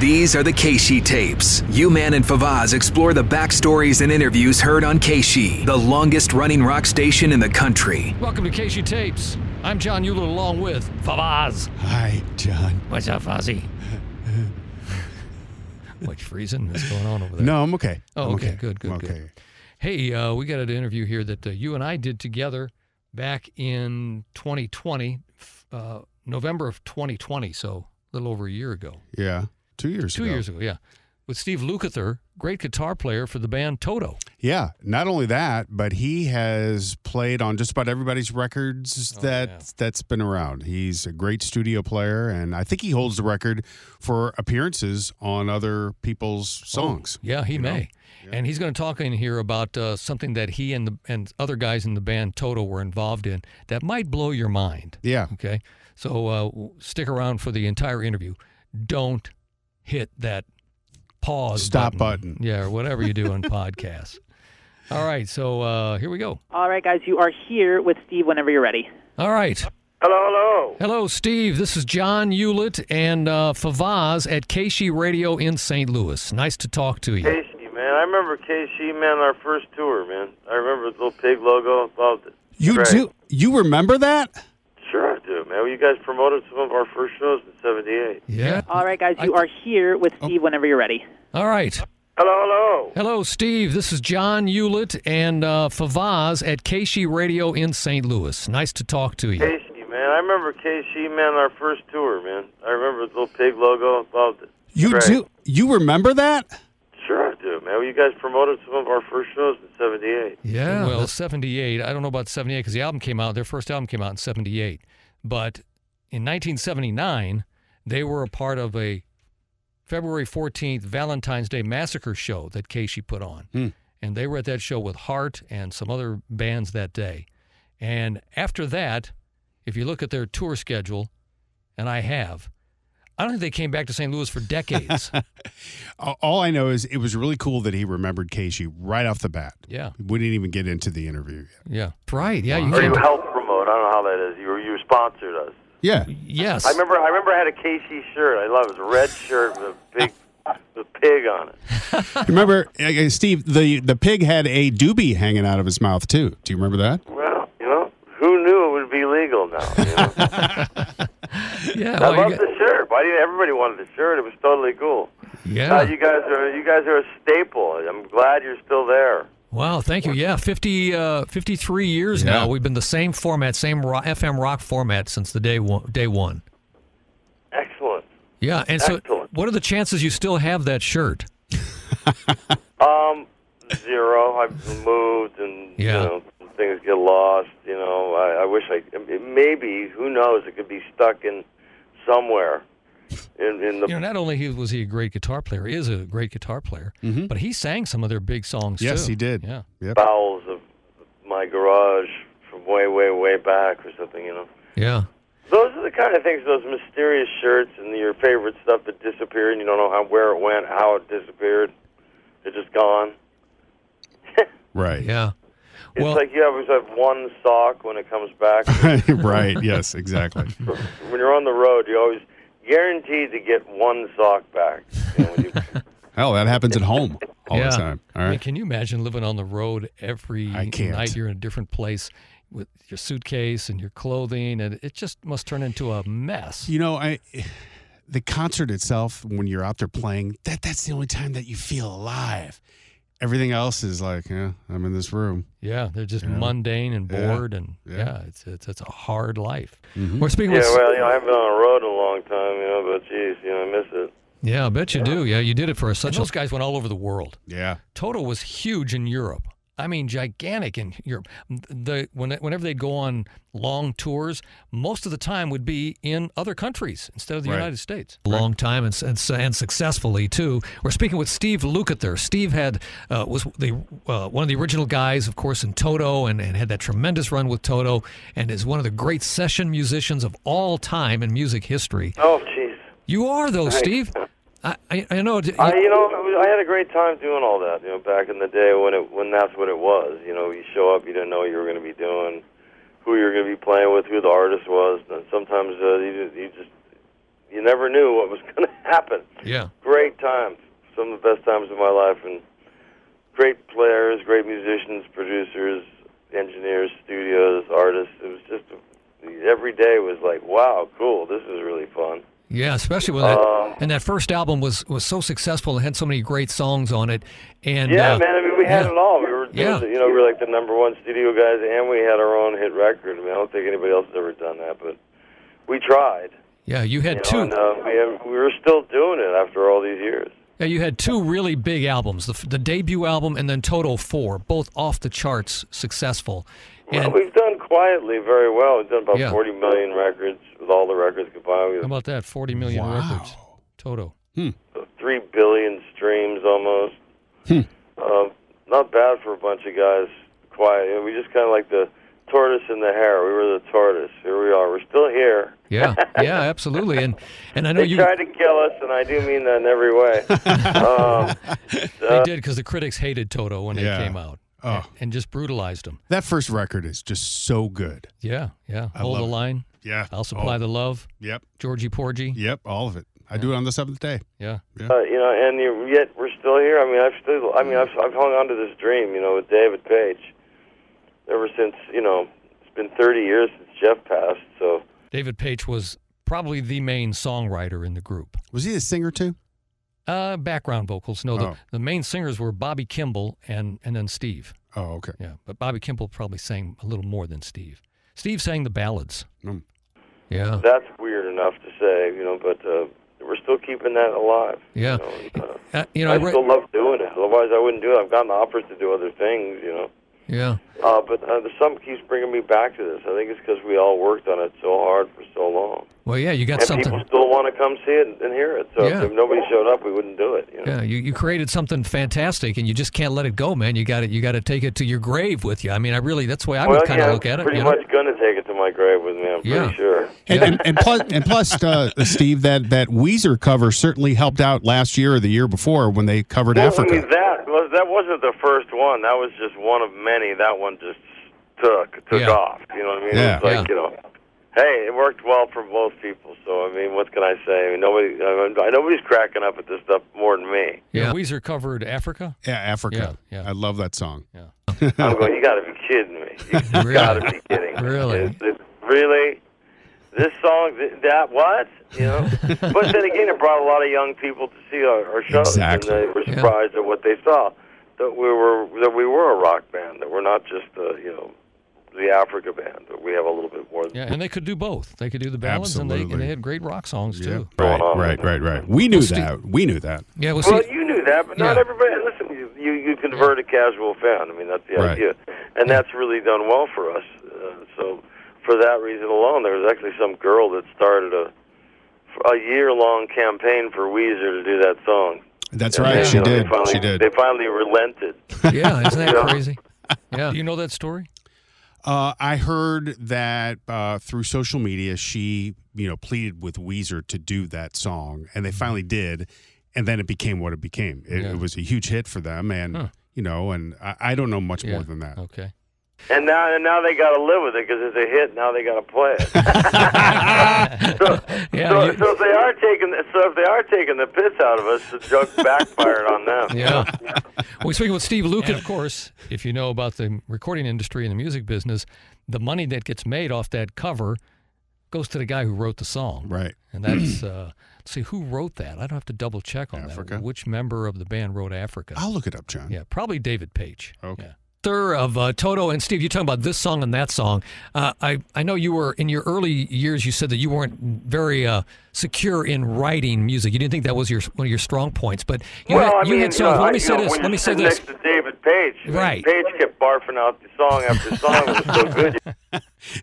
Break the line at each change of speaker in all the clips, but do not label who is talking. These are the Keishi tapes. You, Man, and Favaz explore the backstories and interviews heard on Keishi, the longest running rock station in the country.
Welcome to Casey Tapes. I'm John Euler along with Favaz.
Hi, John.
What's up, Fozzie? what, you freezing? What's going on over there?
No, I'm okay.
Oh,
I'm
okay. Good, good,
I'm
good.
okay.
Hey, uh, we got an interview here that uh, you and I did together back in 2020, f- uh, November of 2020, so a little over a year ago.
Yeah. Two years
Two
ago.
years ago, yeah. With Steve Lukather, great guitar player for the band Toto.
Yeah. Not only that, but he has played on just about everybody's
Oh,
records that that's been around. He's a great studio player, and I think he holds the record for appearances on other people's
Oh.
songs.
Yeah, he
you know?
may. And he's going to talk in here about uh, something that he and the and other guys in the band Toto were involved in that might blow your mind.
Yeah.
Okay, so uh, w- stick around for the entire interview. Don't hit that pause
Stop button.
Yeah, or whatever you do on podcasts. All right, so uh, here we go.
All right, guys, you are here with Steve whenever you're ready.
All right. Hello, hello. Hello, Steve. This is John Hewlett and uh, Favaz at KC Radio in St. Louis. Nice to talk to you.
KC, man. I remember KC, man, our first tour, man. I remember the little pig logo. Loved it.
You
Right.
do you remember that?
Sure I do, man. Well, you guys promoted some of our first shows in 78.
Yeah.
All right, guys, you are here with Steve whenever you're ready.
All right.
Hello, hello.
Hello, Steve. This is John Hewlett and uh, Favaz at KC Radio in St. Louis. Nice to talk to you.
KC, man. I remember KC, man, our first tour, man. I remember the little pig logo. Loved it.
You
Right.
do you remember that?
Sure I do, man. Well, you guys promoted some of our first shows in 78.
Yeah.
Well, 78, I don't know about 78 because the album came out, their first album came out in 78. But in 1979, they were a part of a February 14th Valentine's Day Massacre show that Casey put on. And they were at that show with Hart and some other bands that day. And after that, if you look at their tour schedule, and I have, I don't think they came back to St. Louis for decades.
A- All I know is it was really cool that he remembered Casey right off the bat.
yeah.
We didn't even get into the interview yet.
Yeah. Right. Yeah.
Or you
came-
helped promote. I don't know how that is. You were, you sponsored us.
Yeah.
Yes.
I remember. I remember I had a KC shirt. I love it. It was a red shirt with a big, with a pig on it.
Remember, uh, Steve, the, the pig had a doobie hanging out of his mouth, too. Do you remember that?
Well, you know, who knew it would be legal now? You know?
Yeah.
I
well, you
love
got-
the shirt. Why did everybody wanted the shirt? It was totally cool.
yeah.
Now you guys are you guys are a staple. I'm glad you're still there.
Wow, thank you. Yeah, 50, uh, 53 years
Yeah.
now. We've been the same format, same ro- FM rock format since the day one, day one.
Excellent.
Yeah, and so
Excellent.
what are the chances you still have that shirt?
Um, zero. I've moved, and
Yeah.
you know, things get lost. You know, I, I wish I maybe who knows? It could be stuck in somewhere in in the
You know, not only he, was he a great guitar player, he is a great guitar player, but he sang some of their big songs
Mm-hmm. Yes,
too.
he did.
Yeah.
Yep.
bowels of my garage from way, way, way back or something, you know.
Yeah.
Those are the kind of things, those mysterious shirts and your favorite stuff that disappeared and you don't know how where it went, how it disappeared. It's just gone.
Right.
Yeah.
It's
well,
like you always have one sock when it comes back.
right. Yes, exactly.
when you're on the road, you're always guaranteed to get one sock back. You know, when you,
Hell, that happens at home all
yeah.
the time. All
I mean,
right.
can you imagine living on the road every
I can't.
night you're in a different place with your suitcase and your clothing and it just must turn into a mess.
You know, I the concert itself, when you're out there playing, that that's the only time that you feel alive. Everything else is like, yeah, I'm in this room.
Yeah, they're just
Yeah.
mundane and
Yeah.
bored, and yeah,
Yeah. Mm-hmm.
it's, it's it's a hard life. We're speaking
yeah,
with,
well, you know, I haven't been on the road in a long time, you know, but geez, you know, I miss it.
yeah, I bet you do. Yeah, you did it for us. Such those guys went all over the world.
Yeah.
Toto was huge in Europe. I I mean, gigantic in Europe. The when, whenever they'd go on long tours, most of the time would be in other countries instead of the
Right.
United States. Long time and, and and successfully too. We're speaking with Steve Lukather. Steve had uh, was the uh, one of the original guys, of course, in Toto, and, and had that tremendous run with Toto, and is one of the great session musicians of all time in music history.
Oh, jeez.
You are though, Steve. I, I, I know. d-
I, you know, I was- I had a great time doing all that. You know, back in the day when it when that's what it was. You know, you show up, you didn't know what you were going to be doing, who you were going to be playing with, who the artist was. And sometimes uh, you, you just you never knew what was going to happen.
yeah.
Great times, some of the best times of my life, and great players, great musicians, producers, engineers, studios, artists. It was just every day was like, wow, cool. This is really fun.
Yeah, especially when that
Um,
and that first album was was so successful and had so many great songs on it. And
Yeah,
uh,
man. I mean, we had
yeah.
it all. We were,
Yeah.
you know, we were like the number one studio guys, and we had our own hit record. I mean, I don't think anybody else has ever done that, but we tried.
Yeah, you had
You
two.
know, and, uh, we, have, we were still doing it after all these years.
Yeah, you had two really big albums, the, f- the debut album and then Total Four, both off the charts successful. And
Well, we've done quietly very well. We've done about
Yeah.
40 million records with all the records combined. We
how
have
about that? Forty million records, Toto.
three billion streams almost.
Hmm.
Um, not bad for a bunch of guys. Quiet. You know, we just kind of like the tortoise and the hare. We were the tortoise. Here we are. We're still here.
Yeah, yeah, absolutely. And and I know
They
you
tried to kill us, and I do mean that in every way. um,
they did because the critics hated Toto when
Yeah.
they came out
Oh.
and just brutalized them.
That first record is just so good.
Yeah, yeah. Hold the
love it.
line.
Yeah.
I'll supply
Oh,
the love.
Yep.
Georgie Porgy.
Yep. All of it. I do it on the seventh day.
Yeah.
uh, you know, and you- yet we're still here. I mean, I've still, I mean, I've, I've hung on to this dream, you know, with David Page, ever since, you know, it's been 30 years since Jeff passed. So
David Page was probably the main songwriter in the group.
Was he a singer too?
Uh, background vocals. No, the,
Oh.
the main singers were Bobby Kimball and and then Steve.
Oh, okay.
Yeah, but Bobby Kimball probably sang a little more than Steve. Steve sang the ballads.
Mm.
Yeah,
that's weird enough to say, you know, but uh, we're still keeping that alive.
yeah.
You know, and, uh,
Uh, you know, I
I
read,
still love doing it. Otherwise, I wouldn't do it. I've gotten offers to do other things, you know.
yeah,
Uh, but uh, the sum keeps bringing me back to this. I think it's because we all worked on it so hard for so long.
well, yeah, you got
and
something.
people still want to come see it and, and hear it. So
Yeah.
if, nobody showed up, we wouldn't do it. You know?
Yeah, you, you created something fantastic, and you just can't let it go, man. You got it. You got to take it to your grave with you. I mean, I really that's the way I
well,
would kind
yeah,
of
I'm
look at it.
pretty
you know?
much going to take it to my grave with me. I'm
Yeah.
pretty sure.
And, and, and plus, and plus uh, Steve, that, that Weezer cover certainly helped out last year or the year before when they covered
Well, I mean,
Africa.
that was that wasn't the first one. That was just one of many. That one just took took
Yeah.
off. You know what I mean?
Yeah.
It's like
Yeah.
you know, hey, it worked well for both people. So I mean, what can I say? I mean, nobody, I mean, nobody's cracking up at this stuff more than me.
yeah. Weezer covered Africa.
Yeah, Africa.
Yeah, yeah.
I love that song.
I'm going, you got to be kidding me. You
Really?
got to be kidding. me.
Really?
It's- it's- really? This song, th- that what? You know. but then again, it brought a lot of young people to see our, our shows,
Exactly.
and they were surprised at what they saw. That we were that we were a rock band. That we're not just uh, you know the Africa band. That we have a little bit more. Than
Yeah, and they could do both. They could do the ballads, and they and
Absolutely.
they had great rock songs too.
Right, right, right, right. We knew that. We knew that.
Yeah, well, see,
Well, you knew that, but not
Yeah.
everybody. Listen, you you, you convert a casual fan. I mean, that's the
Right.
idea, and that's really done well for us. Uh, so, for that reason alone, there was actually some girl that started a a year long campaign for Weezer to do that song.
That's
And
right.
they-
She
you know, they
did.
finally-
She did.
They finally relented.
yeah, isn't that
Yeah.
crazy? Yeah. Do you know that story?
Uh, I heard that uh, through social media, she you know pleaded with Weezer to do that song, and they finally did, and then it became what it became. It,
Mm-hmm. Yeah.
it was a huge hit for them, and
Huh.
you know, and I, I don't know much
Yeah. Oh.
more than that.
Okay.
And now, and now they got to live with it because it's a hit. Now they got to play it.
Yeah,
so,
you-
so if they are taking, the- so if they are taking the piss out of us, the joke backfired on them.
Yeah. We're speaking with Steve Luke. And of course, if you know about the recording industry and the music business, the money that gets made off that cover goes to the guy who wrote the song.
Right.
And that's, uh, let's see, who wrote that? I don't have to double check on
Africa.
that. Which member of the band wrote Africa?
I'll look it up, John.
Yeah, probably David Page.
Okay.
Yeah. director of uh, Toto and Steve, you're talking about this song and that song. Uh, I I know you were in your early years. You said that you weren't very uh, secure in writing music. You didn't think that was your one of your strong points. But you
well,
had,
I
you
mean,
had
you
songs.
know,
let me
I-
say
you know,
this.
when
Let
you
me say
sit
this.
Next to David Page, I mean,
Right.
Page kept barfing out the song after song. It was so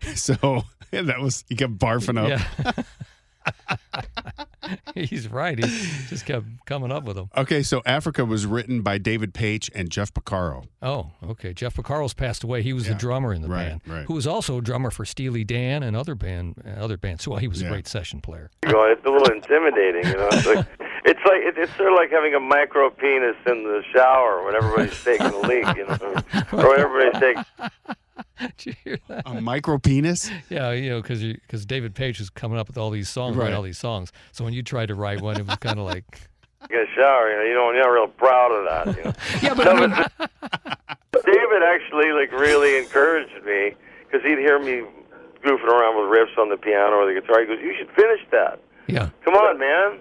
good.
So yeah, that was he kept barfing up.
Yeah. He's right. He just kept coming up with them.
Okay, so Africa was written by David Page and Jeff Picaro.
Oh, okay. Jeff Picaro's passed away. He was
Yeah,
the drummer in the
right,
band,
right.
who was also a drummer for Steely Dan and other band, uh, other bands. Well, he was
Yeah.
a great session player.
You know, it's a little intimidating. You know, it's like it's like it, it's sort of like having a micro penis in the shower when everybody's taking a leak. You know, or when everybody's taking.
Did you hear that?
A micro penis?
Yeah, you know, because because David Page was coming up with all these songs, write
Right.
all these songs. So when you tried to write one, it was kind of like,
Get a shower, you know, you don't, you're not real proud of that. You know?
yeah, but I mean,
David actually like really encouraged me because he'd hear me goofing around with riffs on the piano or the guitar. He goes, "You should finish that.
yeah,
Come on, man,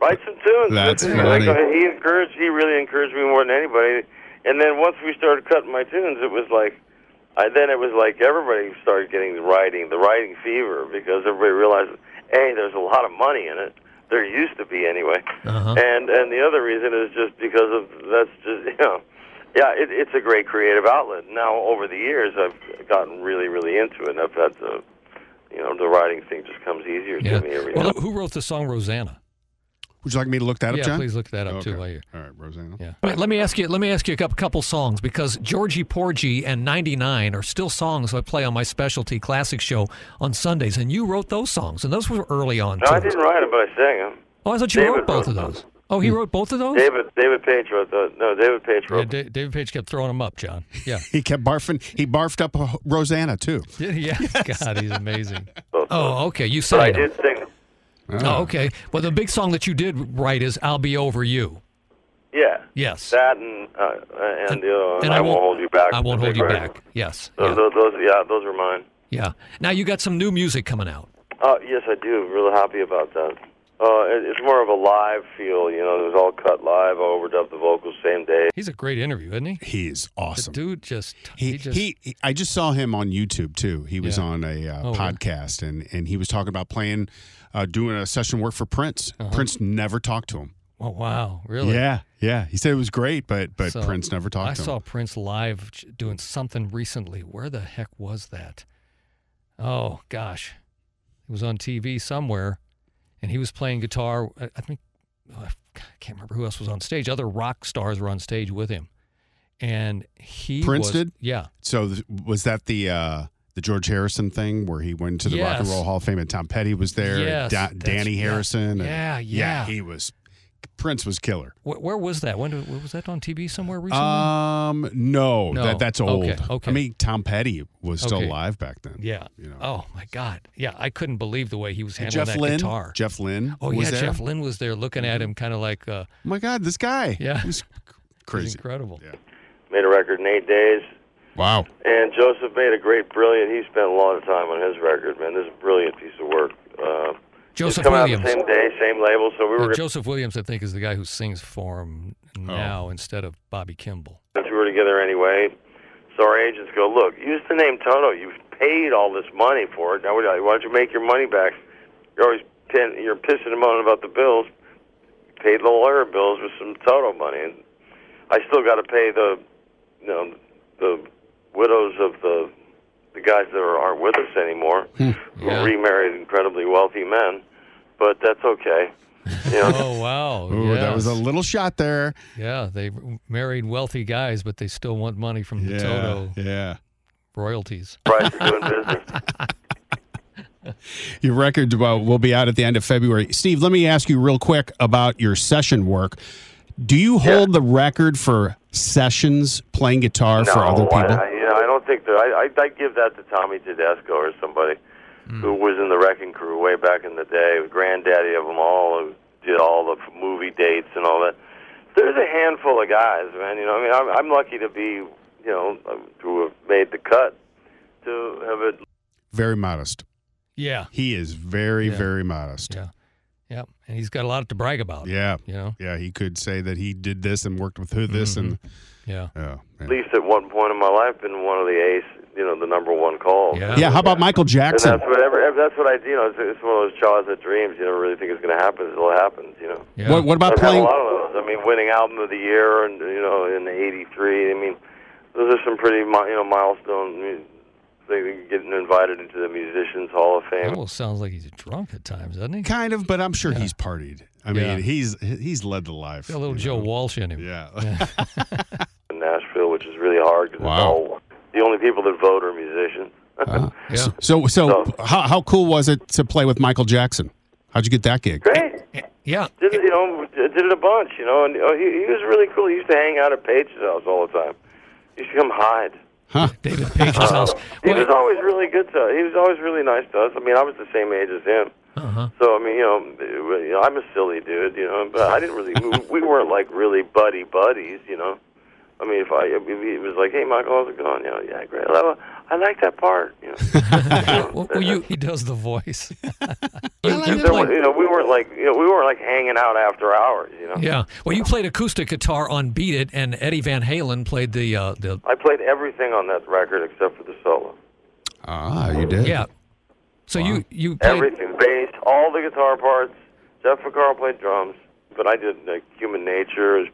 write some tunes."
That's
Like, uh,
funny.
he encouraged. He really encouraged me more than anybody. And then once we started cutting my tunes, it was like, I then it was like everybody started getting the writing, the writing fever, because everybody realized, a there's a lot of money in it. There used to be anyway.
uh-huh.
And and the other reason is just because of that's just you know, yeah, it, it's a great creative outlet. Now over the years, I've gotten really really into it, and I've had to, you know, the writing thing just comes easier
yeah.
to me every
Well,
time.
who wrote the song Rosanna?
Would you like me to look that
yeah,
up, John?
please look that up too while you're.
All right, Rosanna.
Yeah. All right, let me ask you. Let me ask you a cou- couple songs because Georgie Porgy and '99 are still songs I play on my specialty classic show on Sundays, and you wrote those songs, and those were early on.
No, I
too.
didn't write it, but I sang them.
Oh, I thought you
David
wrote both
wrote
of
them.
those. Oh, he wrote both of those.
David David Page wrote the no David Page
yeah,
wrote.
Da- David Page kept throwing them up, John. Yeah.
He kept barfing. He barfed up a, Rosanna too.
Did he? Yeah. God, he's amazing.
both of them.
Oh, okay. You
but I
sang.
did
them.
sing.
Oh, okay. Well, the big song that you did write is "I'll Be Over You."
Yeah,
Yes.
that and uh, and the other one,
And
I, won't hold you back.
I won't
the
hold
big
you
record.
back. Yes.
Those,
Yeah.
those, those, yeah, those were mine.
yeah. Now you got some new music coming out.
Uh, yes, I do. Really happy about that. Uh, it, it's more of a live feel, you know. It was all cut live. I overdubbed the vocals same day.
He's a great interview, isn't he?
He is
The
awesome.
dude just
He,
just
he, he- I just saw him on YouTube too. He was
Yeah.
on a uh,
Oh, really?
podcast and, and he was talking about playing, uh, doing a session work for Prince. Prince never talked to him.
Oh wow, Uh-huh. really?
Yeah, yeah. He said it was great, but but
So,
Prince never talked
I
to him.
saw Prince live ch- doing something recently. Where the heck was that? Oh gosh, it was on TV somewhere, and he was playing guitar. I I think oh, I f- I can't remember who else was on stage. Other rock stars were on stage with him, and he
Prince
was-
did?
Yeah,
So th- was that the uh, the George Harrison thing where he went to the Rock and
Yes.
Roll Hall of Fame and Tom Petty was there? and
Yes,
Da-
that's-
Danny
yeah.
Harrison. and-
Yeah, yeah.
He was Prince was killer.
Where, where was that? When did- was that on TV somewhere recently?
Um, no,
No.
That, that's old.
Okay, okay.
I mean, Tom Petty was still
Okay.
alive back then.
yeah.
you know.
Oh my God. Yeah, I couldn't believe the way he was
And
handling
Jeff
that
Lynne.
guitar.
Jeff Lynne.
oh
was
yeah,
there. Mm-hmm.
Jeff Lynne was there looking at him, kind of like uh,
Oh my God, this guy.
Yeah.
He was c-
It's
crazy.
incredible.
Yeah.
Made a record in eight days.
Wow.
And Joseph made a great, brilliant. He spent a lot of time on his record, man. This is a brilliant piece of work. Uh,
Joseph
it's come
Williams.
out the same day, same label. So we
Uh,
were
Joseph Williams, I think, is the guy who sings for him
Oh.
now instead of Bobby Kimball.
Since we were together anyway, so our agents go, look, use the name Toto. You've paid all this money for it. Now why don't you make your money back? You're always pin, you're pissing and moaning about the bills. Paid the lawyer bills with some Toto money, and I still got to pay the, you know, the widows of the the guys that are, aren't with us anymore, who
Yeah.
remarried incredibly wealthy men. But that's okay. You know,
Oh wow!
Ooh, that was a
yes.
little shot there.
yeah. They married wealthy guys, but they still want money from the
Yeah.
Toto
Yeah.
royalties.
price for doing business.
Your record uh, will be out at the end of February. Steve, let me ask you real quick about your session work. Do you hold the record for sessions playing guitar for other people?
I, I, you know, I don't think that. I, I, I give that to Tommy Tedesco or somebody
Hmm.
who was in the Wrecking Crew way back in the day, the granddaddy of them all, who did all the movie dates and all that. There's a handful of guys, man. You know, I mean, I'm, I'm lucky to be, you know, um, to have made the cut, to have it
very modest.
Yeah,
He is very,
Yeah.
very modest.
yeah. Yep. And he's got a lot to brag about.
Yeah.
You know?
Yeah, he could say that he did this and worked with who this
Yeah.
and oh, man.
Mm-hmm. At least at one point in my life, been one of the ace, you know, the number one call.
Yeah.
Yeah, how about Michael
And
Jackson?
that's what ever, that's what I, you know, it's, it's one of those childhood dreams. You never really think it's going to happen until it happens, you know.
Yeah.
What, what about
I've had a
playing?
lot of those. I mean, winning album of the year, and you know, in '83. I mean, those are some pretty mi- you know milestone. I mean, things, getting invited into the Musicians Hall of Fame.
Almost sounds like he's drunk at times, doesn't he?
Kind of, but I'm sure he's partied. I mean,
Yeah.
he's he's led the life.
Got a little
you
Joe
know?
Walsh in him.
Yeah.
in Nashville, which is really hard. 'cause it's
Wow.
all- the only people that vote are musicians.
Uh,
Yeah.
So, so, so how, how cool was it to play with Michael Jackson? How'd you get that gig?
Great.
Yeah.
Did it, you know? Did it a bunch. You know, and you know, he, he was really cool. He used to hang out at Page's house all the time. He used to come hide.
David Page's house.
He was
Well,
always really good to. He was always really nice to us. I mean, I was the same age as him.
uh-huh.
So I mean, you know, it wa- you know, I'm a silly dude, you know, but I didn't really. we weren't like really buddy buddies, you know. I mean, if I if he was like, "Hey, Michael, how's it going?" You know, yeah, great. I, love- I like that part. You know,
Well, well, you, he does the voice.
There were- you know, we weren't like you know, we weren't like hanging out after hours. You know,
Yeah. Well, you played acoustic guitar on "Beat It," and Eddie Van Halen played the uh, the
I played everything on that record except for the solo.
Ah, you did.
yeah. So you you played
Everything, bass, all the guitar parts. Jeff Ficarro played drums, but I did like Human Nature.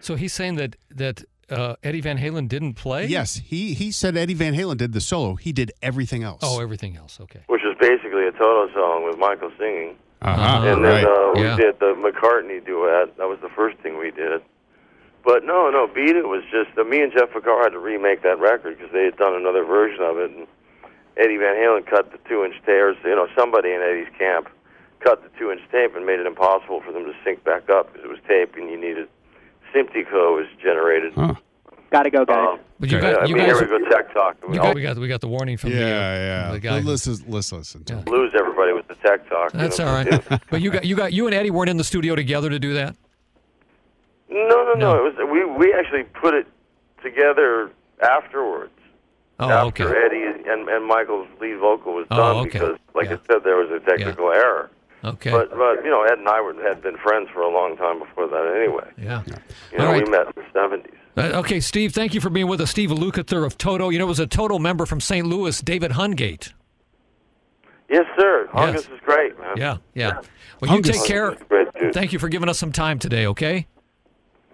So he's saying that that uh, Eddie Van Halen didn't play.
Yes, he he said Eddie Van Halen did the solo. He did everything else. Uh-huh.
Oh, everything else. Okay.
Which is basically a Toto song with Michael singing.
uh-huh.
And
right.
then uh, we
Yeah.
did the McCartney duet. That was the first thing we did. But no, no, Beat It was just uh, me and Jeff Ficarro had to remake that record because they had done another version of it. And Eddie Van Halen cut the two-inch tears. You know, somebody in Eddie's camp cut the two-inch tape and made it impossible for them to sync back up because it was tape and you needed Simptico was generated.
Huh.
Gotta go, guys.
Um,
But you
I
got you
mean, here
guys.
we go, tech talk. We
You got, we got we got the warning from
Yeah,
the, uh,
yeah.
the guy.
Well, Let's listen. Let's listen. to
Yeah.
it.
lose everybody with the tech talk. you
That's
know,
all
too.
right. but you got you got you and Eddie weren't in the studio together to do that.
No, no, no.
No.
It was we we actually put it together afterwards.
Oh,
after
okay.
Eddie and, and Michael's lead vocal was
Oh,
done
okay.
because, like
Yeah.
I said, there was a technical error.
Okay.
But but you know, Ed and I were, had been friends for a long time before that. Anyway,
yeah.
you
All
know,
right.
we met in the seventies.
Uh, okay, Steve. Thank you for being with us, Steve Lukather of Toto. You know, it was a Toto member from St. Louis, David Hungate.
Yes, sir.
Yes.
August is great, man.
Yeah, yeah. Well, you
Hungate.
take care.
It's great dude.
Thank you for giving us some time today. Okay.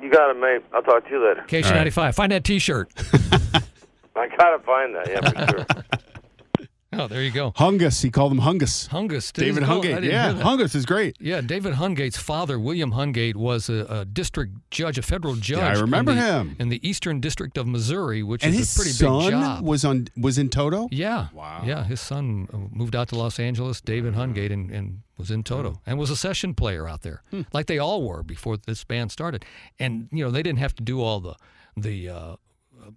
you got it, mate. I'll talk to you later.
KC ninety five. Find that T-shirt.
I gotta find that. Yeah, for sure.
Oh, there you go.
Hungus. He called him Hungus.
Hungus. did
David
his call- I
Hungate.
didn't
Yeah,
hear that.
Hungus is great.
Yeah, David Hungate's father, William Hungate, was a, a district judge, a federal judge.
I remember
in the,
him.
in the Eastern District of Missouri, which
And his
is a pretty big
son
job.
was on was in Toto.
yeah.
Wow.
Yeah, his son uh, moved out to Los Angeles, David Hungate, and, and was in Toto and was a session player out there,
Hmm.
like they all were before this band started. And you know they didn't have to do all the the uh,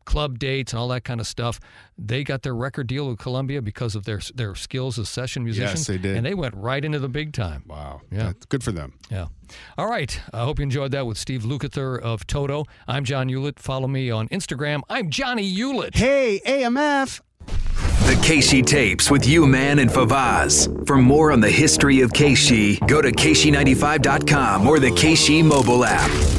club dates and all that kind of stuff. They got their record deal with Columbia because of their their skills as session musicians.
they did.
and they went right into the big time.
Wow.
Yeah.
That's good for them.
Yeah. All right. I hope you enjoyed that with Steve Lukather of Toto. I'm John Hewlett. Follow me on Instagram. I'm Johnny Hewlett.
Hey, AMF.
The Keishi tapes with you, man, and Favaz. For more on the history of Keishi, go to Keishi95.com or the Keishi mobile app.